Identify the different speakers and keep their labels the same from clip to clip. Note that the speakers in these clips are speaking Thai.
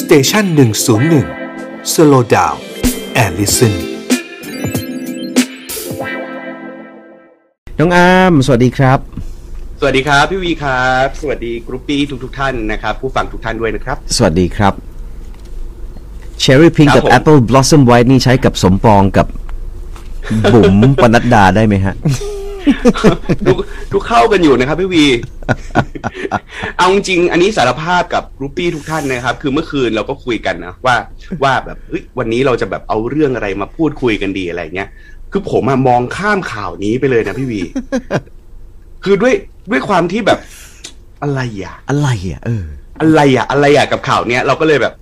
Speaker 1: สเตชันหนึ่งศูนย์หนึ่งสโลดาวแอลลิสัน
Speaker 2: น้องอาร์มสวัสดีครับ
Speaker 3: สวัสดีครับพี่วีครับ สวัสดีกรุ๊ปปี้ทุกทุกๆท่านนะครับ ผู้ฟังทุกท่านด้วยนะครับ
Speaker 2: สวัสดีครับ Cherry Pink กับ
Speaker 3: ครับผม
Speaker 2: Apple Blossom White นี่ใช้กับสมปองกับ บุ๋มปนัดดาได้ไหมฮะ
Speaker 3: ดูดูเข้ากันอยู่นะครับพี่วี เอาจริงๆอันนี้สารภาพกับกรุ๊ปปี้ทุกท่านนะครับ คือเมื่อคืนเราก็คุยกันนะว่าว่าแบบเอ้ยวันนี้เราจะแบบเอาเรื่องอะไรมาพูดคุยกันดีอะไรเงี้ยคือผมอะมองข้ามข่าวนี้ไปเลยนะพี่วี คือด้วยด้วยความที่แบบอะไรอ่ะ
Speaker 2: อะไรอ่ะเออ
Speaker 3: อะไรอ่ะอะไรอ่ะกับข่าวเนี้ยเราก็เลยแบบ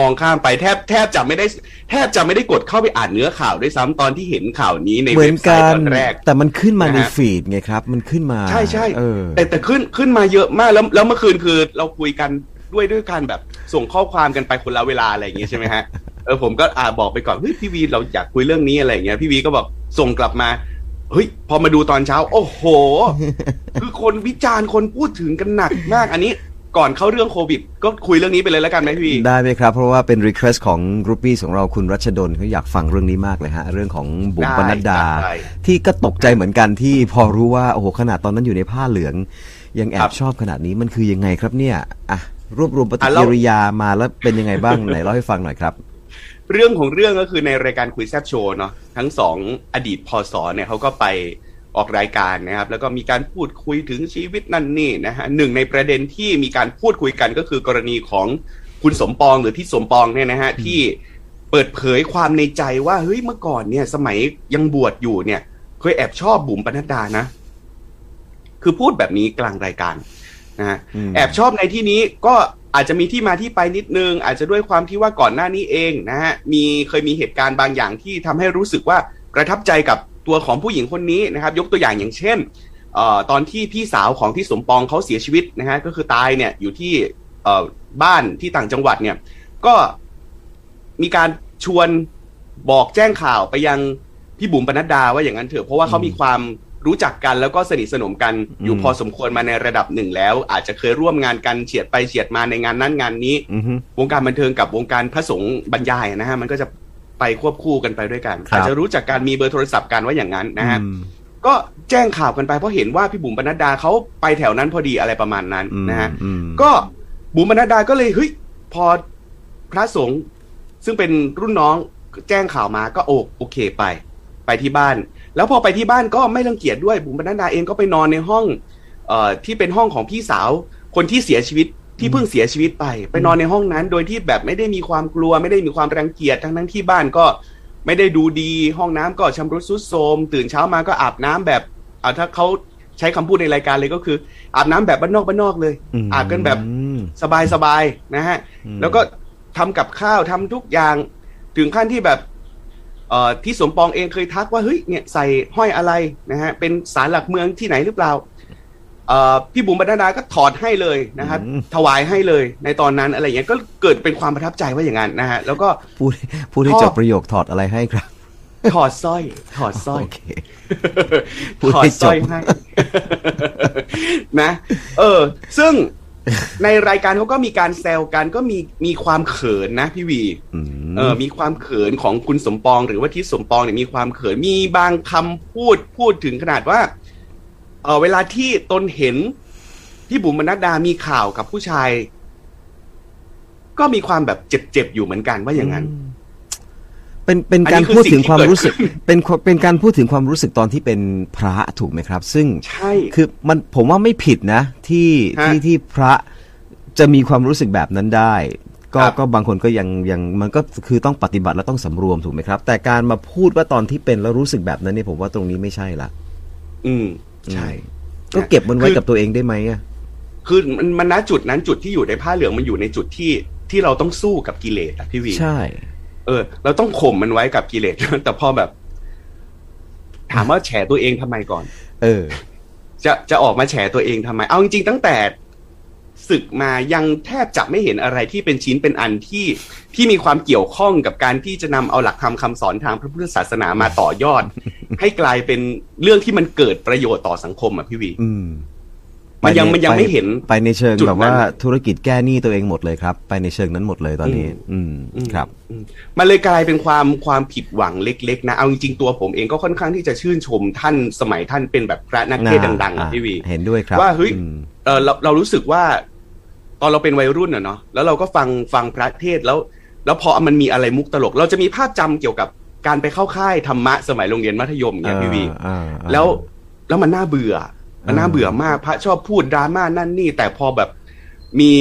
Speaker 3: มองข้ามไปแทบแทบจะไม่ได้ แทบจะไม่ได้กดเข้าไปอ่านเนื้อข่าวด้วยซ้ำตอนที่เห็นข่าวนี้ใน
Speaker 2: เหมื
Speaker 3: เว็
Speaker 2: อน
Speaker 3: บไซ
Speaker 2: กั
Speaker 3: ต์
Speaker 2: น
Speaker 3: ตอนแรก
Speaker 2: แต่มันขึ้นมาใน
Speaker 3: นะฮะ
Speaker 2: ฟีดไงครับ มันขึ้นมา
Speaker 3: ใช่ใช่
Speaker 2: เออ
Speaker 3: แต่แต่ขึ้นขึ้นมาเยอะมากแล้วแล้วเมื่อคืนคือเราคุยกันด้วยด้วยการแบบส่งข้อความกันไปคนละเวลาอะไรอย่างเงี้ยใช่ไหม ฮะเออผมก็อ่าบอกไปก่อนเฮ้ยพี่วีเราอยากคุยเรื่องนี้อะไรอย่างเงี้ยพี่วีก็บอกส่งกลับมาเฮ้ยพอมาดูตอนเช้า โอ้โห คือคนวิจารณ์คนพูดถึงกันหนักมาก อันนี้ก่อนเข้าเรื่องโควิด ก็คุยเรื่องนี้ไปเลยแล้วกันไหมพี่วี
Speaker 2: ได้ไหมครับ เพราะว่าเป็นรีเควสของกรุ๊ปปี้ของเราคุณรัชดลเขาอยากฟังเรื่องนี้มากเลยฮะ เรื่องของบุ๋ม
Speaker 3: ได้
Speaker 2: ปนัดดา
Speaker 3: ได้
Speaker 2: ที่ก็ตกใจเหมือนกันที่พอรู้ว่า โอ้โห ขนาดตอนนั้นอยู่ในผ้าเหลือง ยังแอ
Speaker 3: ครับ บ
Speaker 2: ชอบขนาดนี้มันคือยังไงครับเนี่ยอ่ะรวบรวมปฏิ
Speaker 3: อ่ะเล่า
Speaker 2: กิริยามาแล้วเป็นยังไงบ้าง ไหนเล่าให้ฟังหน่อยครับ
Speaker 3: เรื่องของเรื่องก็คือในรายการคุยแซบโชว์เนาะทั้งสองอดีตพอสอเนี่ยเขาก็ไปออกรายการนะครับ แล้วก็มีการพูดคุยถึงชีวิตนั่นนี่นะฮะหนึ่งในประเด็นที่มีการพูดคุยกันก็คือกรณีของคุณสมปองหรือที่สมปองเนี่ยนะฮะที่เปิดเผยความในใจว่าเฮ้ยเมื่อก่อนเนี่ย สมัยยังบวชอยู่เนี่ย เคยแอบชอบบุ๋มปนัดดานะ คือพูดแบบนี้กลางรายการนะฮะ
Speaker 2: อืม
Speaker 3: แอบชอบในที่นี้ก็อาจจะมีที่มาที่ไปนิดนึง อาจจะด้วยความที่ว่าก่อนหน้านี้เองนะฮะมีเคยมีเหตุการณ์บางอย่างที่ทำให้รู้สึกว่าประทับใจกับตัวของผู้หญิงคนนี้นะครับ ยกตัวอย่างอย่างเช่นเอ่อตอนที่พี่สาวของที่สมปองเขาเสียชีวิตนะฮะก็คือตายเนี่ยอยู่ที่เอ่อบ้านที่ต่างจังหวัดเนี่ย ก็มีการชวนบอกแจ้งข่าวไปยังพี่บุ๋มปนัดดาว่าอย่างนั้นเถอะเพราะว่าเขามีความรู้จักกันแล้วก็สนิทสนมกันอยู่
Speaker 2: อืม
Speaker 3: พอ สมควรมาในระดับหนึ่งแล้ว อาจจะเคยร่วมงานกันเฉียดไปเฉียดมาในงานนั้นงานนี้
Speaker 2: อือฮึ
Speaker 3: วงการบันเทิงกับวงการพระสงฆ์บรรยายนะฮะมันก็จะไปควบคู่กันไปด้วยกัน
Speaker 2: ครับ
Speaker 3: อาจจะรู้จักการมีเบอร์โทรศัพท์กันว่าอย่างนั้นนะฮะ
Speaker 2: อืม
Speaker 3: ก็แจ้งข่าวกันไปเพราะเห็นว่าพี่บุ๋มปนัดดาเขาไปแถวนั้นพอดีอะไรประมาณนั้น
Speaker 2: อืม
Speaker 3: นะฮะ
Speaker 2: อืม
Speaker 3: ก็บุ๋มปนัดดาก็เลยเฮ้ยพอพระสงฆ์ซึ่งเป็นรุ่นน้องแจ้งข่าวมาก็โอโอเคไป ไปที่บ้าน แล้วพอไปที่บ้านก็ไม่รังเกียจด้วยบุ๋มปนัดดาเองก็ไปนอนในห้อง เอ่อที่เป็นห้องของพี่สาวคนที่เสียชีวิตที่เพิ่งเสียชีวิตไป ไปนอนในห้องนั้น โดยที่แบบไม่ได้มีความกลัว ไม่ได้มีความรังเกียจทั้งทั้งที่บ้านก็ไม่ได้ดูดีห้องน้ำก็ชำรุดทรุดโทรมตื่นเช้ามาก็อาบน้ำแบบเอาถ้าเขาใช้คำพูดในรายการเลยก็คือ อาบน้ำแบบบ้านนอกบ้านนอกเลย
Speaker 2: อืม
Speaker 3: อาบกันแบบ สบายสบายๆนะฮะ
Speaker 2: อืม
Speaker 3: แล้วก็ทำกับข้าวทำทุกอย่างถึงขั้นที่แบบเอ่อที่สมปองเองเคยทักว่าเฮ้ยเนี่ยใส่ห้อยอะไรนะฮะเป็นสารหลักเมืองที่ไหนหรือเปล่าเอ่อพี่บุ๋มบรรดาก็ถอดให้เลยนะครับ
Speaker 2: อืม
Speaker 3: ถวายให้เลยในตอนนั้นอะไรอย่างเงี้ยก็เกิดเป็นความประทับใจว่าอย่างนั้นนะฮะแล้วก็
Speaker 2: พูดพูดให้
Speaker 3: พ่อ
Speaker 2: จบประโยคถอดอะไรให้ครับ
Speaker 3: ถอดสร้อย ถอดสร้อย
Speaker 2: โอเค พูด
Speaker 3: ถอ
Speaker 2: ให้
Speaker 3: ด
Speaker 2: จบ
Speaker 3: สร้อยให้ นะ เออ ซึ่งในรายการเขาก็มีการแซวกันก็มีมีความเขินนะพี่วี
Speaker 2: อืม
Speaker 3: เออมีความเขินของคุณสมปองหรือว่าทิศสมปองเนี่ยมีความเขินมีบางคำพูดพูดถึงขนาดว่า เออเวลาที่ตนเห็นพี่บุ๋มบรรณดามีข่าวกับผู้ชาย ก็มีความแบบเจ็บๆอยู่เหมือนกันว่าอย่างนั้น
Speaker 2: เป็นเป็น
Speaker 3: อัน
Speaker 2: การ
Speaker 3: นี้คือ
Speaker 2: พูดถึง
Speaker 3: สิ่งที่
Speaker 2: ความ
Speaker 3: เกิด
Speaker 2: รู้สึก
Speaker 3: ขึ้น
Speaker 2: เป็นความเป็นการพูดถึงความรู้สึกตอนที่เป็นพระถูกไหมครับ ซึ่ง
Speaker 3: ใช่
Speaker 2: คือมันผมว่าไม่ผิดนะ ที่
Speaker 3: ฮะ
Speaker 2: ที่ที่พระจะมีความรู้สึกแบบนั้นได้ ก็
Speaker 3: ครับ
Speaker 2: ก็บางคนก็ยังยังมันก็คือต้องปฏิบัติและต้องสำรวมถูกไหมครับ แต่การมาพูดว่าตอนที่เป็นแล้วรู้สึกแบบนั้นเนี่ยผมว่าตรงนี้ไม่ใช่ละ
Speaker 3: อืม ใช่
Speaker 2: ก็เก็บมันไว้
Speaker 3: คือ
Speaker 2: กับตัวเองได้ไหมอะ
Speaker 3: คือมันมันณจุดนั้นจุดที่อยู่ในผ้าเหลืองมันอยู่ในจุดที่ที่เราต้องสู้กับกิเลสอะพี่วี
Speaker 2: ใช่
Speaker 3: เออเราต้องข่มมันไว้กับกิเลส แต่พอแบบ ถามว่าแฉตัวเองทำไมก่อน
Speaker 2: เออ
Speaker 3: จะจะออกมาแฉตัวเองทำไม เอาจริงๆตั้งแต่ศึกมายังแทบจะไม่เห็นอะไรที่เป็นชิ้นเป็นอันที่ที่มีความเกี่ยวข้องกับการที่จะนำเอาหลักธรรมคำสอนทางพระพุทธศาสนามาต่อย อด ให้กลายเป็นเรื่องที่มันเกิดประโยชน์ต่อสังคมอ่ะพี่วี
Speaker 2: อืม
Speaker 3: มันยัง
Speaker 2: ปใ
Speaker 3: มันยังไม่เห็น
Speaker 2: ไปในเชิง
Speaker 3: จุด
Speaker 2: แบบว่า
Speaker 3: นั้น
Speaker 2: ธุรกิจแก้หนี้ตัวเองหมดเลยครับ ไปในเชิงนั้นหมดเลยตอนนี้ อืม
Speaker 3: อืม
Speaker 2: ครับ
Speaker 3: อืมมันเลยกลายเป็นความความผิดหวังเล็กๆนะ เอาจริงๆตัวผมเองก็ค่อนข้างที่จะชื่นชมท่านสมัยท่านเป็นแบบพระนักเทศน์ดังๆ
Speaker 2: อ่า
Speaker 3: อะพี่วี
Speaker 2: เห็นด้วยครับ
Speaker 3: ว่าเฮ้ย
Speaker 2: อืม
Speaker 3: เออเราเรารู้สึกว่า ตอนเราเป็นวัยรุ่นอะเนาะแล้วเราก็ฟังฟังพระเทศน์แล้ว แล้วพอมันมีอะไรมุกตลก เราจะมีภาพจำเกี่ยวกับการไปเข้าค่ายธรรมะสมัยโรงเรียนมัธยมเนี่ยพี่วี
Speaker 2: อ่าอ่า
Speaker 3: แล้วแล้วมันน่าเบื่อ มันน่า
Speaker 2: อ่า
Speaker 3: เบื่อมากพระชอบพูดดราม่านั่นนี่ แต่พอแบบมี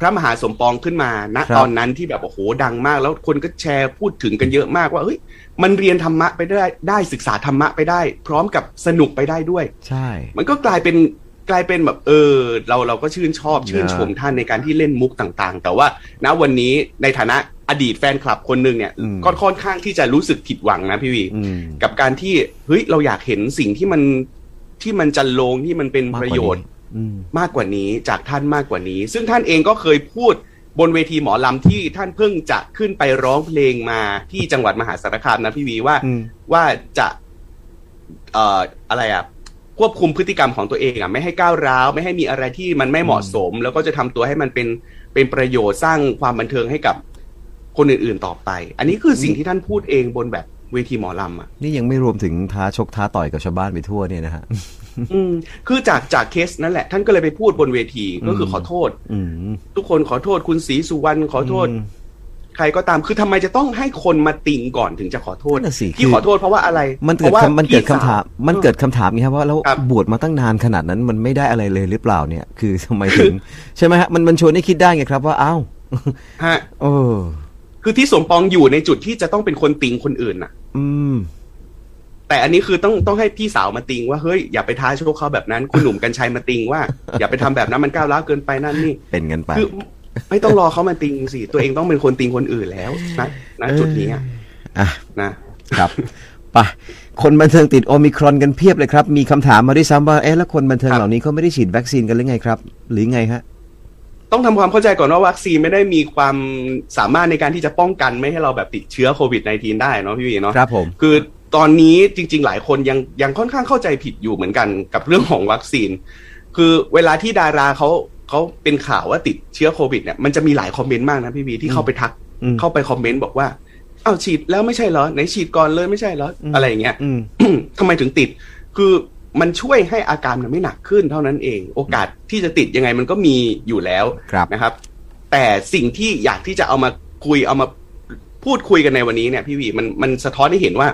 Speaker 3: พระมหาสมปองขึ้นมาณตอนนั้นที่แบบโอ้โหดังมาก แล้วคนก็แชร์พูดถึงกันเยอะมากว่าเฮ้ยมันเรียนธรรมะไปได้ได้ศึกษาธรรมะไปได้ พร้อมกับสนุกไปได้ด้วย
Speaker 2: ใช่
Speaker 3: มันก็กลายเป็นกลายเป็นแบบเออ เราเราก็ชื่นชอบชื่นชมท่านในการที่เล่นมุกต่างๆ แต่ว่าณวันนี้ในฐานะอดีตแฟนคลับคนหนึ่งเนี่ย
Speaker 2: อืม
Speaker 3: ก็ค่อนข้างที่จะรู้สึกผิดหวังนะพี่วี
Speaker 2: อืม
Speaker 3: กับการที่เฮ้ยเราอยากเห็นสิ่งที่มันที่มันจันโลงที่มันเป็นประโยชน์
Speaker 2: อืม
Speaker 3: มากกว่านี้จากท่านมากกว่านี้ ซึ่งท่านเองก็เคยพูดบนเวทีหมอลำที่ท่านเพิ่งจะขึ้นไปร้องเพลงมาที่จังหวัดมหาสารคามนะพี่วีว่า
Speaker 2: อืม
Speaker 3: ว่าจะเอ่ออะไรอะควบคุมพฤติกรรมของตัวเองอะไม่ให้ก้าวร้าว ไม่ให้มีอะไรที่มันไม่เหมาะสม แล้วก็จะทำตัวให้มันเป็นเป็นประโยชน์สร้างความบันเทิงให้กับคนอื่นๆต่อไป อันนี้คือสิ่งที่ท่านพูดเองบนแบบเวทีหมอลำอะ
Speaker 2: นี่ยังไม่รวมถึงท้าชกท้าต่อยกับชาวบ้านไปทั่วเนี่ยนะฮะ
Speaker 3: อืมคือจากจากเคสนั่นแหละ ท่านก็เลยไปพูดบนเวที
Speaker 2: อืม
Speaker 3: ก็คือขอโทษ
Speaker 2: อืม
Speaker 3: ทุกคนขอโทษคุณศรีสุวรรณขอโทษ
Speaker 2: ม
Speaker 3: ใครก็ตามคือทำไมจะต้องให้คนมาติงก่อนถึงจะขอโทษ
Speaker 2: นั่นน่ะสิ
Speaker 3: ที่
Speaker 2: คือ
Speaker 3: ขอโทษเพราะว่าอะไร
Speaker 2: มัน
Speaker 3: พ
Speaker 2: เกิด
Speaker 3: ราะว่า
Speaker 2: คำมันเกิดคำ
Speaker 3: พี่สว
Speaker 2: ถามมันเกิดคำถามนี้ครับว่าแล้ว
Speaker 3: ครับ
Speaker 2: บวชมาตั้งนานขนาดนั้นมันไม่ได้อะไรเลยหรือเปล่าเนี่ย คือทำไมถึง ใช่ไหมฮะมันมันชวนให้คิดได้ไงครับว่าอ้าว
Speaker 3: ฮะ
Speaker 2: เออ
Speaker 3: คือที่สมปองอยู่ในจุดที่จะต้องเป็นคนติงคนอื่นน่ะ
Speaker 2: อืม
Speaker 3: แต่อันนี้คือต้องต้องให้พี่สาวมาติงว่าเฮ้ยอย่าไปท้าโชคเขาแบบนั้น คุณหนุ่มกัญชัยมาติงว่า อย่าไปทำแบบนั้นมันก้าวร้าวเกินไปนั่นนี่
Speaker 2: เป็นกันไป
Speaker 3: คือไม่ต้องรอเขามาติงสิตัวเองต้องเป็นคนติงคนอื่นแล้วนะนะจุดนี้อะ
Speaker 2: อ่ะ
Speaker 3: นะ
Speaker 2: ครับไปคนบันเทิงติดโอมิครอนกันเพียบเลยครับ มีคำถามมาด้วยซ้ำว่าเอ๊ะแล้วคนบันเทิง
Speaker 3: ครับ
Speaker 2: เหล่านี้เขาไม่ได้ฉีดวัคซีนกันหรือไงครับ หรือไงฮะ
Speaker 3: ต้องทำความเข้าใจก่อนว่าวัคซีนไม่ได้มีความสามารถในการที่จะป้องกันไม่ให้เราแบบติดเชื้อโควิด -19 ได้เนาะพี่วีเนาะ
Speaker 2: ครับผม
Speaker 3: คือตอนนี้จริง ๆ หลายคนยังยังค่อนข้างเข้าใจผิดอยู่เหมือนกันกับเรื่องของวัคซีน คือเวลาที่ดาราเขาเขาเป็นข่าวว่าติดเชื้อโควิดเนี่ยมันจะมีหลายคอมเมนต์มากนะพี่วีที่เข้าไปทัก
Speaker 2: อืม
Speaker 3: เข้าไปคอมเมนต์บอกว่าอ้าวฉีดแล้วไม่ใช่เหรอไหนฉีดก่อนเลยไม่ใช่เหรอ
Speaker 2: อืม
Speaker 3: อะไรอย่างเงี้ย
Speaker 2: อืม
Speaker 3: ทำไมถึงติด คือมันช่วยให้อาการมันไม่หนักขึ้นเท่านั้นเอง โอกาสที่จะติดยังไงมันก็มีอยู่แล้ว
Speaker 2: ครับ
Speaker 3: นะครับ แต่สิ่งที่อยากที่จะเอามาคุยเอามาพูดคุยกันในวันนี้เนี่ยพี่วีมันมันสะท้อนให้เห็นว่า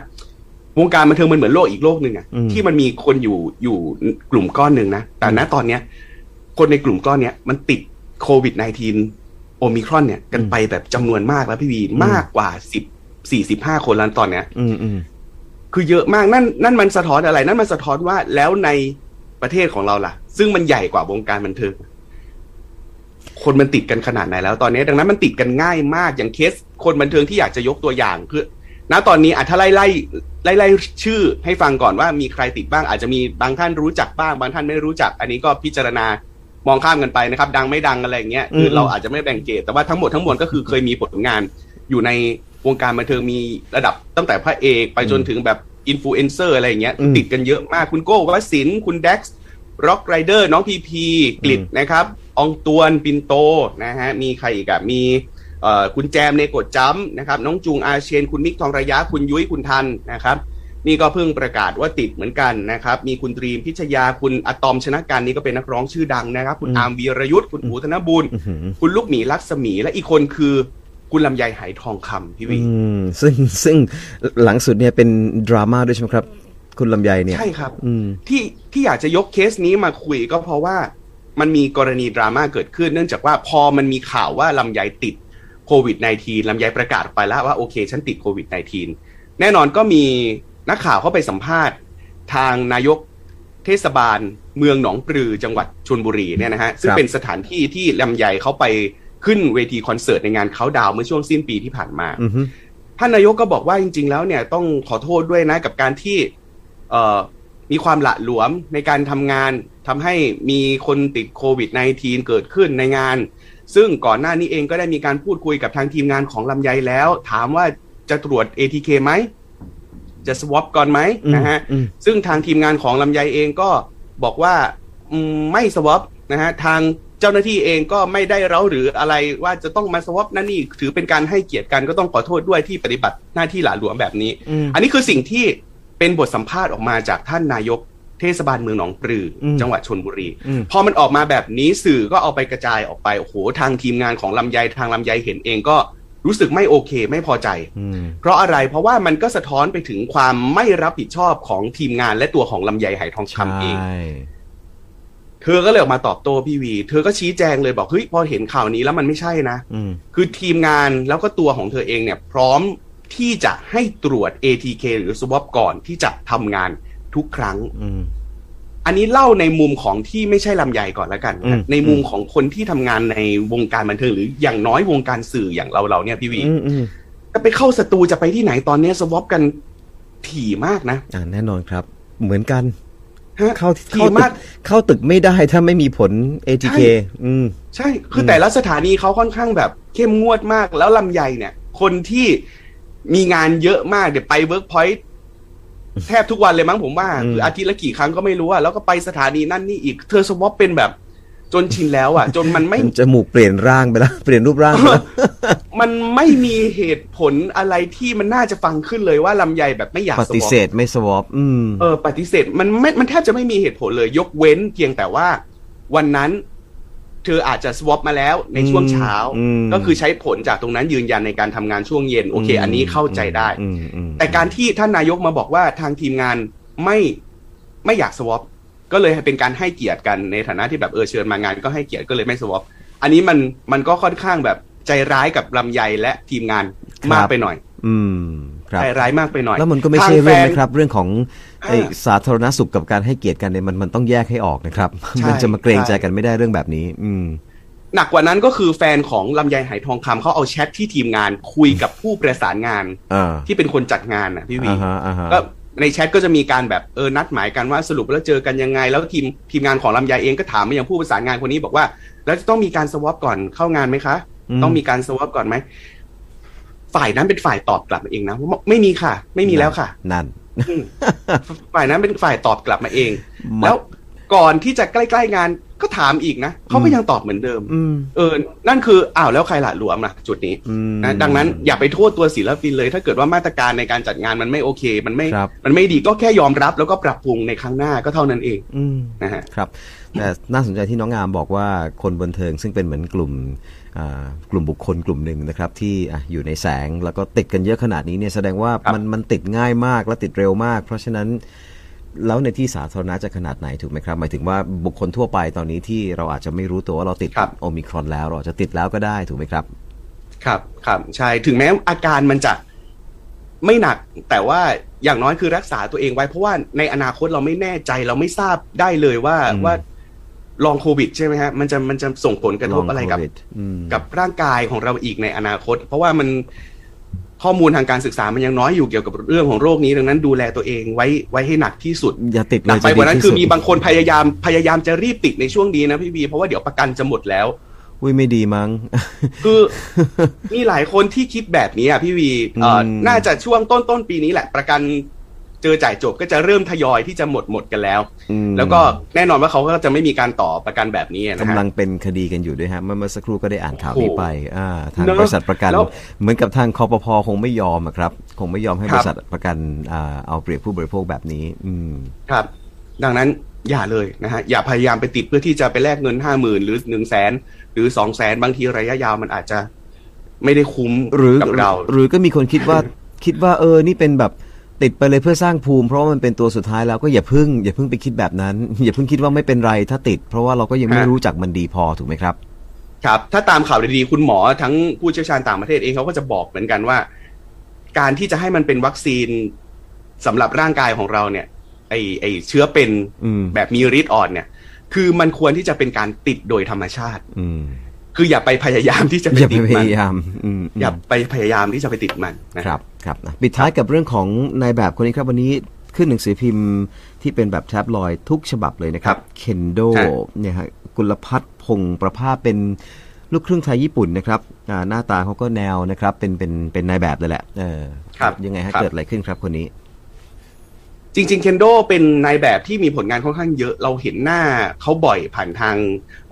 Speaker 3: วงการบันเทิงมันเหมือนโลกอีกโลกหนึ่งอะ
Speaker 2: อืม
Speaker 3: ที่มันมีคนอยู่อยู่กลุ่มก้อนหนึ่งนะ แต่ณตอนเนี้ย คนในกลุ่มก้อนเนี้ยมันติดโควิด -19 โอมิครอนเนี่ยกันไปแบบจำนวนมากแล้วพี่วีมากกว่าสิบสี่สิบห้าคนแล้วตอนเนี้ย
Speaker 2: อืมอืม
Speaker 3: คือเยอะมากนั่นนั่นมันสะท้อนอะไร นั่นมันสะท้อนว่าแล้วในประเทศของเราล่ะ ซึ่งมันใหญ่กว่าวงการบันเทิงคนมันติดกันขนาดไหนแล้วตอนนี้ ดังนั้นมันติดกันง่ายมากอย่างเคส คนบันเทิงที่อยากจะยกตัวอย่างคือณตอนนี้อาจถ้าไล่ไล่ไล่ไล่ชื่อให้ฟังก่อนว่ามีใครติดบ้าง อาจจะมีบางท่านรู้จักบ้าง บางท่านไม่รู้จัก อันนี้ก็พิจารณามองข้ามกันไปนะครับ ดังไม่ดังอะไรอย่างเงี้ยคือ
Speaker 2: ม
Speaker 3: เราอาจจะไม่แบ่งเกตแต่ว่าทั้งหมดทั้งมวลก็คือเคยมีผลงาน อยู่ในวงการบันเทิงมีระดับตั้งแต่พระเอกไปจนถึงแบบอินฟลูเอนเซอร์อะไรอย่างเงี้ย
Speaker 2: อืม
Speaker 3: ติดกันเยอะมากคุณโก้วสินทร์คุณแด็กซ์ร็อกไรเดอร์น้องพีพีกลิด
Speaker 2: อืม
Speaker 3: นะครับ อองตวนปินโตนะฮะ มีใครอีกอะมีเอ่อคุณแจมในกดจ้ำนะครับ น้องจุงอาเชน คุณมิกทองระยะ คุณยุ้ยคุณทันนะครับ นี่ก็เพิ่งประกาศว่าติดเหมือนกันนะครับ มีคุณตรีมพิชยาคุณอะตอมชนะการนี่ก็เป็นนักร้องชื่อดังนะครับ คุณอาร์มวีรยุทธ์คุณอูธนบุญ
Speaker 2: อื้อหือ
Speaker 3: คุณลูกหมีลักษมีและอีกคนคือ คุณลำไยไหายทองคำพี่วี
Speaker 2: อืมซึ่งซึ่งหลังสุดเนี่ยเป็นดราม่าด้วยใช่ไหมครับ คุณลำไยเนี่ย
Speaker 3: ใช่ครับ
Speaker 2: อืม
Speaker 3: ที่ที่อยากจะยกเคสนี้มาคุยก็เพราะว่ามันมีกรณีดราม่าเกิดขึ้น เนื่องจากว่าพอมันมีข่าวว่าลำไยติดโควิด -19 ลำไยประกาศออกไปแล้วว่าโอเคฉันติดโควิด -19 แน่นอนก็มีนักข่าวเข้าไปสัมภาษณ์ ทางนายกเทศบาลเมืองหนองปลือจังหวัดชลบุรีเนี่ยนะฮะซึ่ง
Speaker 2: ครับ
Speaker 3: เป็นสถานที่ที่ลำไยเขาไปขึ้นเวทีคอนเสิร์ตในงานเขาดาวน์เมื่อช่วงสิ้นปีที่ผ่านมา
Speaker 2: อือฮึ
Speaker 3: ท่านนายกก็บอกว่าจริง ๆ แล้วเนี่ยต้องขอโทษด้วยนะกับการที่เอ่อมีความหละหลวมในการทำงานทำให้มีคนติดโควิด -19 เกิดขึ้นในงาน ซึ่งก่อนหน้านี้เองก็ได้มีการพูดคุยกับทางทีมงานของลำไยแล้ว ถามว่าจะตรวจ ATK ไหม จะ swap ก่อนไหม
Speaker 2: อืม
Speaker 3: นะฮะ
Speaker 2: อืม
Speaker 3: ซึ่งทางทีมงานของลำไยเองก็บอกว่าอืมไม่สวอป นะฮะทางเจ้าหน้าที่เองก็ไม่ได้เร้าหรืออะไรว่าจะต้องมาสวอปนั่นนี่ถือเป็นการให้เกียรติกันก็ต้องขอโทษด้วยที่ปฏิบัติหน้าที่หลาหลวมแบบนี้
Speaker 2: อืม
Speaker 3: อันนี้คือสิ่งที่เป็นบทสัมภาษณ์ออกมาจากท่านนายกเทศบาลเมืองหนองปลืออ
Speaker 2: ม
Speaker 3: จังหวัดชนบุรี
Speaker 2: อืม
Speaker 3: พอมันออกมาแบบนี้สื่อก็เอาไปกระจายออกไป โอ้โห ทางทีมงานของลำไยทางลำไยเห็นเองก็รู้สึกไม่โอเค ไม่พอใจ
Speaker 2: อืม
Speaker 3: เพราะอะไรเพราะว่ามันก็สะท้อนไปถึงความไม่รับผิดชอบของทีมงานและตัวของลำไยไหทองคำเอง
Speaker 2: ใช่
Speaker 3: เธอก็เลยออกมาตอบโต้พี่วี เธอก็ชี้แจงเลยบอกเฮ้ยพอเห็นข่าวนี้แล้วมันไม่ใช่นะ
Speaker 2: อืม
Speaker 3: คือทีมงานแล้วก็ตัวของเธอเองเนี่ย พร้อมที่จะให้ตรวจ ATK หรือสวอปก่อนที่จะทำงานทุกครั้ง
Speaker 2: อืม
Speaker 3: อันนี้เล่าในมุมของที่ไม่ใช่ลำใหญ่ก่อนละกัน
Speaker 2: อืม
Speaker 3: นะในมุมของคนที่ทำงานในวงการบันเทิงหรืออย่างน้อยวงการสื่ออย่างเราเราๆเนี่ยพี่วี
Speaker 2: อืมอืม
Speaker 3: จะไปเข้าสตูจะไปที่ไหนตอนเนี้สวอปกันถี่มากนะ
Speaker 2: อ่าแน่นอนครับ เหมือนกัน
Speaker 3: ฮะ
Speaker 2: เข้า
Speaker 3: ถี่
Speaker 2: เข้าตึ
Speaker 3: มาก ก
Speaker 2: เข้าตึกไม่ได้ถ้าไม่มีผล ATK
Speaker 3: ใช่
Speaker 2: อืม
Speaker 3: ใช่ คืออ
Speaker 2: ม
Speaker 3: แต่ละสถานีเขาค่อนข้างแบบเข้มงวดมาก แล้วลำใหญ่เนี่ย คนที่มีงานเยอะมากเดี๋ยวไปเวิร์กพอยต์แทบทุกวันเลยมั้งผมว่า
Speaker 2: อืม
Speaker 3: คืออาทิตย์ละกี่ครั้งก็ไม่รู้อะแล้วก็ไปสถานีนั่นนี่อีก เธอสวอปเป็นแบบ จนชินแล้วอะจน มันไม่
Speaker 2: จมูกเปลี่ยนร่างไปแล้ว เปลี่ยนรูปร่างไปแล้ว
Speaker 3: มันไม่มีเหตุผลอะไรที่มันน่าจะฟังขึ้นเลยว่าลำไยแบบไม่อยา ก
Speaker 2: ป
Speaker 3: สวอ
Speaker 2: ฏิ
Speaker 3: ป
Speaker 2: เสธไม่สวอปอืม
Speaker 3: เออปฏิเสธมันไม่มันแทบจะไม่มีเหตุผลเลย ยกเว้นเพียงแต่ว่า วันนั้น เธออาจจะสวอปมาแล้วในช่วงเช้า
Speaker 2: อืม
Speaker 3: ก็คือใช้ผลจากตรงนั้นยืนยันในการทำงานช่วงเย็น โอเค อันนี้เข้าใจได้
Speaker 2: อืมอืม
Speaker 3: แต่การที่ท่านนายกมาบอกว่าทางทีมงานไม่ไม่อยากสวอปก็เลยเป็นการให้เกียรติกันในฐานะที่แบบเออเชิญมางานก็ให้เกียรติก็เลยไม่สวอปอันนี้มันมันก็ค่อนข้างแบบใจร้ายกับลำไยและทีมงานมากไปหน่อย
Speaker 2: อืม ครับ
Speaker 3: ใจร้ายมากไปหน่อย
Speaker 2: แล้วมันก็ไม่ใช่
Speaker 3: ทา
Speaker 2: เรื่อง
Speaker 3: แฟ
Speaker 2: นะครับ เรื่องของไอ้
Speaker 3: อ่า
Speaker 2: สาธารณสุขกับการให้เกียรติกันเนี่ยมันมันต้องแยกให้ออกนะครับ
Speaker 3: ใช่
Speaker 2: มันจะมาเกรงใจ
Speaker 3: ใช่
Speaker 2: กันไม่ได้เรื่องแบบนี้ อืม
Speaker 3: หนักกว่านั้นก็คือแฟนของลำไยหายทองคำเขาเอาแชทที่ทีมงานคุยกับผู้ประสานงาน
Speaker 2: อ่า
Speaker 3: ที่เป็นคนจัดงานนะพี่วี
Speaker 2: อ่าฮะอ่าฮะ
Speaker 3: ก็ในแชทก็จะมีการแบบเออนัดหมายกันว่าสรุปแล้วเจอกันยังไง แล้วทีมทีมงานของลำไยเองก็ถามไปยังผู้ประสานงานคนนี้บอกว่า แล้วจะต้องมีการสวอปก่อนเข้างานไหมคะ ต้องมีการสวอปก่อนไหมฝ่ายนั้นเป็นฝ่ายตอบกลับมาเองนะว่าไม่มีค่ะ ไม่มีแล้วค่ะ
Speaker 2: นั่น
Speaker 3: อืมฝ่ายนั้นเป็นฝ่ายตอบกลับมาเอง
Speaker 2: มัน
Speaker 3: แล้วก่อนที่จะใกล้ๆงานก็ถามอีกนะเขาก็ยังตอบเหมือนเดิม
Speaker 2: อืม
Speaker 3: เออ นั่นคืออ้าวแล้วใครหละหลวมล่ะจุดนี้
Speaker 2: อืม
Speaker 3: นะดังนั้นอย่าไปโทษตัวศิลปินเลย ถ้าเกิดว่ามาตรการในการจัดงานมันไม่โอเค มันไม่
Speaker 2: ครับ
Speaker 3: มันไม่ดีก็แค่ยอมรับแล้วก็ปรับปรุงในครั้งหน้าก็เท่านั้นเอง
Speaker 2: อืม
Speaker 3: นะฮะ
Speaker 2: ครับ แต่น่าสนใจที่น้องงามบอกว่าคนบันเทิงซึ่งเป็นเหมือนกลุ่มอ่ากลุ่มบุคคลกลุ่มหนึ่งนะครับ ที่อ่ะอยู่ในแสงแล้วก็ติดกันเยอะขนาดนี้เนี่ยแสดงว่า
Speaker 3: ครับ
Speaker 2: มันมันติดง่ายมากและติดเร็วมาก เพราะฉะนั้น แล้วในที่สาธารณะจะขนาดไหนถูกไหมครับ หมายถึงว่าบุคคลทั่วไปตอนนี้ที่เราอาจจะไม่รู้ตัวว่าเราติดโอมิครอนแล้วเราอาจจะติดแล้วก็ได้ถูกไหมครับ
Speaker 3: ครับครับใช่ถึงแม้อาการมันจะไม่หนัก แต่ว่าอย่างน้อยคือรักษาตัวเองไว้เพราะว่าในอนาคตเราไม่แน่ใจเราไม่ทราบได้เลยว่า
Speaker 2: อืม
Speaker 3: ว่าลองโควิดใช่ไหมฮะมันจะมันจะส่งผลกระทบอะไรกับ
Speaker 2: Long COVID อืม
Speaker 3: กับร่างกายของเราอีกในอนาคต เพราะว่ามันข้อมูลทางการศึกษามันยังน้อยอยู่เกี่ยวกับเรื่องของโรคนี้ดังนั้นดูแลตัวเองไว้ไว้ให้หนักที่สุด
Speaker 2: อย่าติดเลย
Speaker 3: หนักไป
Speaker 2: จะดี
Speaker 3: กว่านั้น
Speaker 2: ที่
Speaker 3: คือ
Speaker 2: สุด
Speaker 3: มีบางคนพยายามพยายามจะรีบติดในช่วงนี้นะพี่บีเพราะว่าเดี๋ยวประกันจะหมดแล้ว
Speaker 2: อุ้ยไม่ดีมั้ง
Speaker 3: คือ มีหลายคนที่คิดแบบนี้อ่ะพี่วีเอ่ออ
Speaker 2: ม
Speaker 3: น่าจะช่วงต้นต้นปีนี้แหละ ประกันเจอจ่ายจบก็จะเริ่มทยอยที่จะหมดหมดกันแล้ว
Speaker 2: อืม
Speaker 3: แล้วก็แน่นอนว่าเขาก็จะไม่มีการต่อประกันแบบนี้นะ
Speaker 2: กำ
Speaker 3: ฮะ
Speaker 2: ลังเป็นคดีกันอยู่ด้วยฮะเมื่อเมื่อสักครู่ก็ได้อ่านข่าว
Speaker 3: โอ้โห
Speaker 2: นี้ไปอ่าทาง
Speaker 3: เนอะ
Speaker 2: บริษัทประกัน
Speaker 3: แล้ว
Speaker 2: เหมือนกับทางคอปพคงไม่ยอมอะครับ คงไม่ยอมให้
Speaker 3: ครับ บ
Speaker 2: ริษัทประกันอ่าเอาเปรียบผู้บริโภคแบบนี้ อืม
Speaker 3: ครับ ดังนั้นอย่าเลยนะฮะอย่าพยายามไปติดเพื่อที่จะไปแลกเงินห้าหมื่นหรือหนึ่งแสนหรือสองแสนบางทีระยะยาวมันอาจจะไม่ได้คุ้ม
Speaker 2: หรือ
Speaker 3: กับเรา
Speaker 2: หรือก็มีคนคิดว่า คิดว่าเออนี่เป็นแบบติดไปเลยเพื่อสร้างภูมิ เพราะว่ามันเป็นตัวสุดท้ายแล้วก็อย่าเพึ่ง อย่าเพึ่งไปคิดแบบนั้น อย่าเพึ่งคิดว่าไม่เป็นไรถ้าติด เพราะว่าเราก็ยังไม่
Speaker 3: ฮะ
Speaker 2: รู้จักมันดีพอถูกไหมครับ
Speaker 3: ครับ ถ้าตามข่าวดีๆ คุณหมอทั้งผู้เชี่ยวชาญต่างประเทศเองเขาก็จะบอกเหมือนกันว่า การที่จะให้มันเป็นวัคซีนสำหรับร่างกายของเราเนี่ย ไอไอเชื้อเป็น
Speaker 2: อืม
Speaker 3: แบบมีฤทธิ์อ่อนเนี่ย คือมันควรที่จะเป็นการติดโดยธรรมชาติ
Speaker 2: อืม
Speaker 3: คืออย่าไปพยายามที่จะไป
Speaker 2: อย่าไป
Speaker 3: ติด
Speaker 2: พ
Speaker 3: มัน
Speaker 2: ยายามอืมม
Speaker 3: อย่าไปพยายามที่จะไปติดมันนะครับ
Speaker 2: ครับนะปิดท้ายกับเรื่องของนายแบบคนนี้ครับ วันนี้ขึ้นหนังสือพิมพ์ที่เป็นแบบแทบลอยด์ทุกฉบับเลยนะครับเคนโดเนี่ยฮะกุลพัฒน์พงศ์ประภาเป็นลูกครึ่งไทยญี่ปุ่นนะครับอ่าหน้าตาเขาก็แนวนะครับ เป็นเป็นเป็นนายแบบเลยแหละเออ
Speaker 3: ครับ
Speaker 2: ยังไงฮะ
Speaker 3: ครับ
Speaker 2: เกิดอะไรขึ้นครับคนนี้
Speaker 3: จริง ๆ เคนโดเป็นนายแบบที่มีผลงานค่อนข้างเยอะ เราเห็นหน้าเขาบ่อยผ่านทาง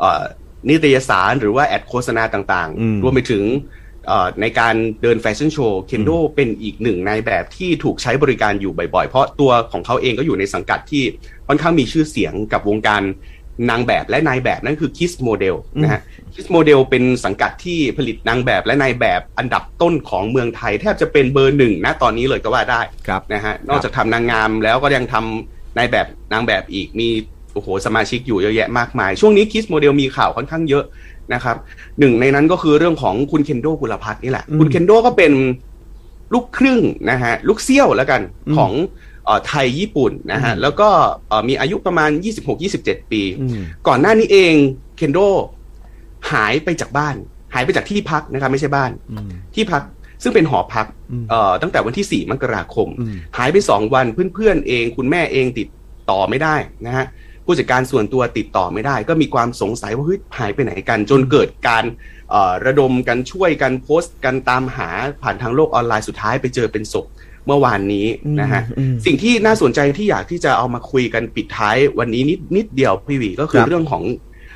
Speaker 3: เอ่อนิตยสารหรือว่าแอดโฆษณาต่าง
Speaker 2: อืม
Speaker 3: ๆ รวมไปถึงเอ่อในการเดินแฟชั่นโชว์ เคนโดเป็นอีกหนึ่งนายแบบที่ถูกใช้บริการอยู่บ่อยๆ เพราะตัวของเขาเองก็อยู่ในสังกัดที่ค่อนข้างมีชื่อเสียงกับวงการนางแบบและนายแบบนั่นคือคิสโมเดลนะฮะ คิสโมเดลเป็นสังกัดที่ผลิตนางแบบและนายแบบอันดับต้นของเมืองไทย แทบจะเป็นเบอร์หนึ่งนะตอนนี้เลยก็ว่าได้
Speaker 2: ครับ
Speaker 3: นะฮะนอกจากทำนางงามแล้วก็ยังทำนายแบบนางแบบอีกมีโอ้โหสมาชิกอยู่เยอะแยะมากมาย ช่วงนี้คิสโมเดลมีข่าวค่อนข้างเยอะนะครับหนึ่งในนั้นก็คือเรื่องของคุณเคนโดกุลพัฒน์นี่แหละ
Speaker 2: อืม
Speaker 3: คุณเคนโดก็เป็นลูกครึ่งนะฮะลูกเซี่ยวแล้วกัน
Speaker 2: อืม
Speaker 3: ของเอ่อไทยญี่ปุ่นนะฮะ
Speaker 2: อืม
Speaker 3: แล้วก็เอ่อมีอายุประมาณ 26-27 ปี
Speaker 2: อืม
Speaker 3: ก่อนหน้านี้เองเคนโดหายไปจากบ้าน หายไปจากที่พักนะครับ ไม่ใช่บ้าน
Speaker 2: อืม
Speaker 3: ที่พักซึ่งเป็นหอพัก
Speaker 2: อืม
Speaker 3: เอ่อตั้งแต่วันที่ 4 มกราคม
Speaker 2: อืม
Speaker 3: หายไป 2 วันเพื่อนๆเอง คุณแม่เองติดต่อไม่ได้นะฮะผู้จัดการส่วนตัวติดต่อไม่ได้ ก็มีความสงสัยว่าเฮ้ยหายไปไหนกัน จนเกิดการเอ่อระดมกันช่วยกันโพสต์กันตามหาผ่านทางโลกออนไลน์สุดท้ายไปเจอเป็นศพเมื่อวานนี้นะฮะ
Speaker 2: อืม
Speaker 3: สิ่งที่น่าสนใจที่อยากที่จะเอามาคุยกันปิดท้ายวันนี้นิดนิดเดียวพี่หวีก็
Speaker 2: ค
Speaker 3: คือ
Speaker 2: รับ
Speaker 3: เรื่องของ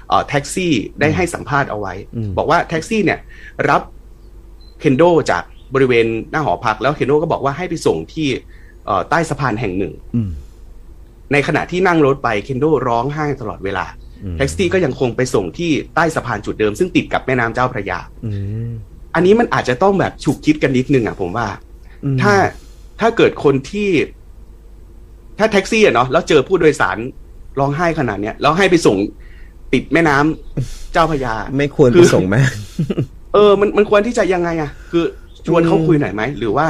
Speaker 3: เอ่อแท็กซี่ได้ให้สัมภาษณ์เอาไว้
Speaker 2: อืม
Speaker 3: บอกว่าแท็กซี่เนี่ยรับเคนโดจากบริเวณหน้าหอพัก แล้วเคนโดก็บอกว่าให้ไปส่งที่เอ่อใต้สะพานแห่งหนึ่ง
Speaker 2: อืม
Speaker 3: ในขณะที่นั่งรถไปเคนโดร้องไห้ตลอดเวลา
Speaker 2: อืม
Speaker 3: แท็กซี่ก็ยังคงไปส่งที่ใต้สะพานจุดเดิม ซึ่งติดกับแม่น้ำเจ้าพระยา
Speaker 2: อืม
Speaker 3: อันนี้มันอาจจะต้องแบบฉุกคิดกันนิดนึงอ่ะผมว่า
Speaker 2: อืม
Speaker 3: ถ้าถ้าเกิดคนที่ ถ้าแท็กซี่อะเนาะแล้วเจอผู้โดยสารร้องไห้ขนาดเนี้ยแล้วให้ไปส่งติดแม่น้ำ เจ้าพระยา
Speaker 2: ไม่ควร
Speaker 3: คื
Speaker 2: ไป
Speaker 3: อ
Speaker 2: ส่งไหม
Speaker 3: เออมันมันควรที่จะยังไงอะคือชวนเขา
Speaker 2: อืม
Speaker 3: คุยหน่อยไหมหรือว่า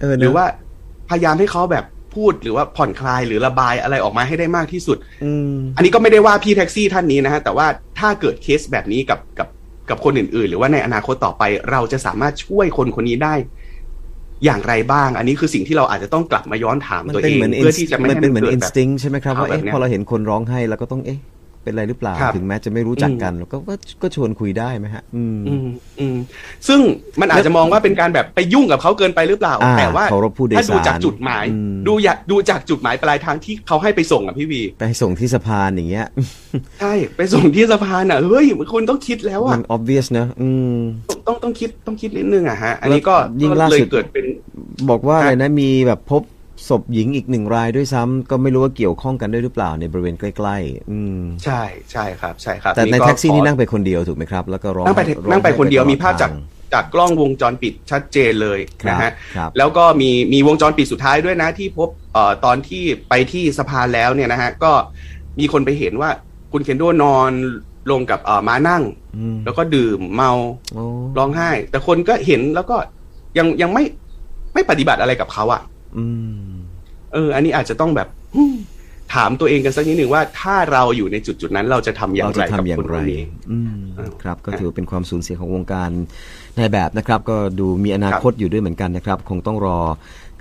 Speaker 2: เออนะ
Speaker 3: หรือว่าพยายามให้เขาแบบพูดหรือว่าผ่อนคลายหรือระบายอะไรออกมาให้ได้มากที่สุด
Speaker 2: อืม
Speaker 3: อันนี้ก็ไม่ได้ว่าพี่แท็กซี่ท่านนี้นะฮะ แต่ว่าถ้าเกิดเคสแบบนี้กับกับกับคนอื่น ๆ หรือว่าในอนาคตต่อไปเราจะสามารถช่วยคนคนนี้ได้ อย่างไรบ้าง อันนี้คือสิ่งที่เราอาจจะต้องกลับมาย้อนถาม
Speaker 2: มัน
Speaker 3: ตัว
Speaker 2: เป็น
Speaker 3: เอง
Speaker 2: เหมือน
Speaker 3: เพื่อที่จะไม่
Speaker 2: มั
Speaker 3: ให้
Speaker 2: นเป็นเหมื
Speaker 3: มั
Speaker 2: อน น
Speaker 3: เกิดแบบ
Speaker 2: instinct ใช่ไหมครับ ว่า
Speaker 3: แบบ
Speaker 2: เอ๊ะ
Speaker 3: เนี้ย
Speaker 2: พอเราเห็นคนร้องไห้เราก็ต้องเอ๊ะเป็นไรหรือเปล่า
Speaker 3: ครับ
Speaker 2: ถึงแม้จะไม่รู้จักกันเราก็ว่าก็ชวนคุยได้ไหมฮะ อืม
Speaker 3: อืมอืมซึ่งมันอาจจะมองว่าเป็นการแบบไปยุ่งกับเขาเกินไปหรือเปล่า
Speaker 2: อ่า
Speaker 3: แต่ว่า
Speaker 2: เคารพผู้โดยสาร
Speaker 3: ถ้าดูจากจุดหมาย
Speaker 2: อืม
Speaker 3: ดูอยากดูจากจุดหมายปลายทางที่เขาให้ไปส่งอ่ะพี่วี
Speaker 2: ไปส่งที่สะพานอย่างเงี้ย
Speaker 3: ใช่ไปส่งที่สะพานอ่ะเฮ้ยคุณต้องคิดแล้ว
Speaker 2: มั
Speaker 3: อ่ะ
Speaker 2: น obvious นะอืม
Speaker 3: ต้องต้องต้องคิดต้องคิดนิดนึงอ่ะฮะ อันนี้ก็
Speaker 2: แล้วยิ่งล่า
Speaker 3: เลย
Speaker 2: สุด
Speaker 3: เกิดเป็น
Speaker 2: บอกว่า
Speaker 3: ครับ
Speaker 2: อะไรนะ มีแบบพบศพหญิงอีกหนึ่งรายด้วยซ้ำก็ไม่รู้ว่าเกี่ยวข้องกันด้วยหรือเปล่าในบริเวณใกล้ ๆ อืม
Speaker 3: ใช่ใช่ครับ ใช่ครับ
Speaker 2: แต่ใน
Speaker 3: ก็
Speaker 2: แท็กซี่นี่
Speaker 3: ขอ
Speaker 2: นั่งไปคนเดียวถูกไหมครับ แล้วก็ร้อง
Speaker 3: นั่งไป
Speaker 2: ร้อ
Speaker 3: นั่งไปคนเดียว
Speaker 2: ตลอ
Speaker 3: มีภาพจาก
Speaker 2: ทง
Speaker 3: จากกล้องวงจรปิดชัดเจนเลย
Speaker 2: ครับ
Speaker 3: นะฮะ
Speaker 2: ครับ
Speaker 3: แล้วก็มีมีวงจรปิดสุดท้ายด้วยนะที่พบเอ่อตอนที่ไปที่สะพานแล้วเนี่ยนะฮะก็มีคนไปเห็นว่าคุณเคนโดนอนลงกับเอ่อม้านั่ง
Speaker 2: อืม
Speaker 3: แล้วก็ดื่มเมา
Speaker 2: โอ้
Speaker 3: ร้องไห้ แต่คนก็เห็นแล้วก็ยังยังไม่ไม่ปฏิบัติอะไรกับเขาอ่ะ
Speaker 2: อืม
Speaker 3: เออ อันนี้อาจจะต้องแบบฮึ่มถามตัวเองกันสักนิดหนึ่งว่าถ้าเราอยู่ในจุดจุดๆนั้นเราจะทำอย่าง
Speaker 2: เรา
Speaker 3: ไร
Speaker 2: จะ
Speaker 3: กับ
Speaker 2: ทำอย่า
Speaker 3: ค
Speaker 2: ง
Speaker 3: นค
Speaker 2: ไร
Speaker 3: นนี้
Speaker 2: อืมครับ ก็ถือเป็นความสูญเสียของวงการนายแบบนะครับ ก็ดูมีอนาคตอยู่ด้วยเหมือนกันนะครับ คงต้องรอ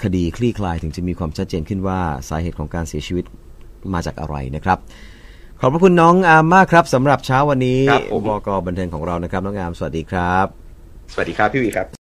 Speaker 2: คดีคลี่คลายถึงจะมีความชัดเจนขึ้นว่าสาเหตุของการเสียชีวิตมาจากอะไรนะครับ ขอบพระคุณน้องอามมากครับสำหรับเช้าวันนี้
Speaker 3: ครับผม
Speaker 2: บอกบันเทิงของเรานะครับ น้องอามสวัสดีครับ
Speaker 3: สวัสดีครับ พี่วีครับ